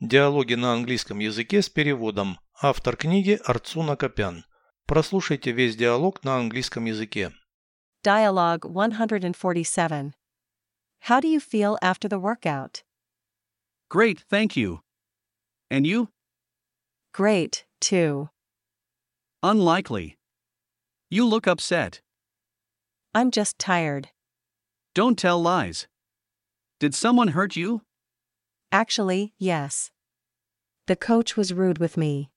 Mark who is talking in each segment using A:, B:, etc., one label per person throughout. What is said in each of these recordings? A: Диалоги на английском языке с переводом. Автор книги Арцуна Копян. Прослушайте весь диалог на английском языке.
B: Dialogue 147. How do you feel after the workout?
C: Great, thank you. And you?
B: Great, too.
C: Unlikely. You look upset.
B: I'm just tired.
C: Don't tell lies. Did someone hurt you?
B: Actually, yes. The coach was rude with me.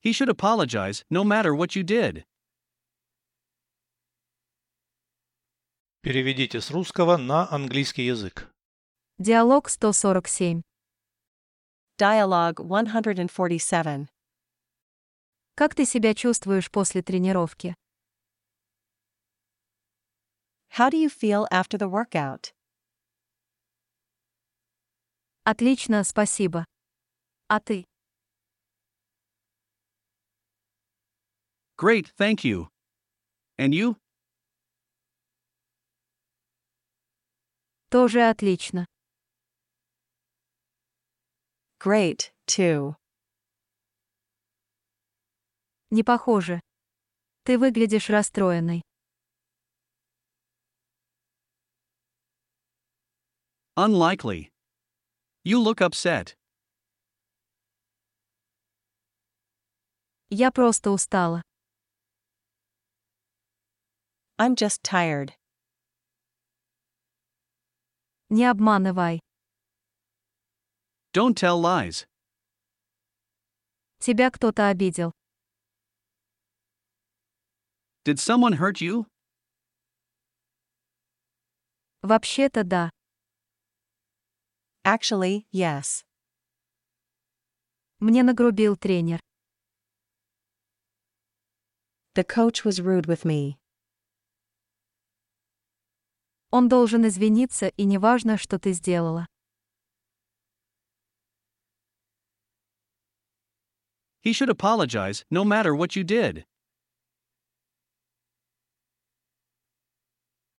C: He should apologize no matter what you did.
A: Переведите с русского на английский язык.
D: Диалог 147.
B: Dialogue 147.
D: Как ты себя чувствуешь после тренировки?
B: How do you feel after the workout?
D: Отлично, спасибо. А ты?
C: Great, thank you. And you?
D: Тоже отлично.
B: Great, too.
D: Не похоже. Ты выглядишь расстроенной.
C: Unlikely. You look upset.
D: Я просто устала.
B: I'm just tired.
D: Не обманывай.
C: Don't tell lies.
D: Тебя кто-то обидел.
C: Did someone hurt you?
D: Вообще-то да.
B: Actually, yes.
D: Мне нагрубил тренер.
B: The coach was rude with me.
D: Он должен извиниться и неважно, что ты сделала.
C: He should apologize no matter what you did.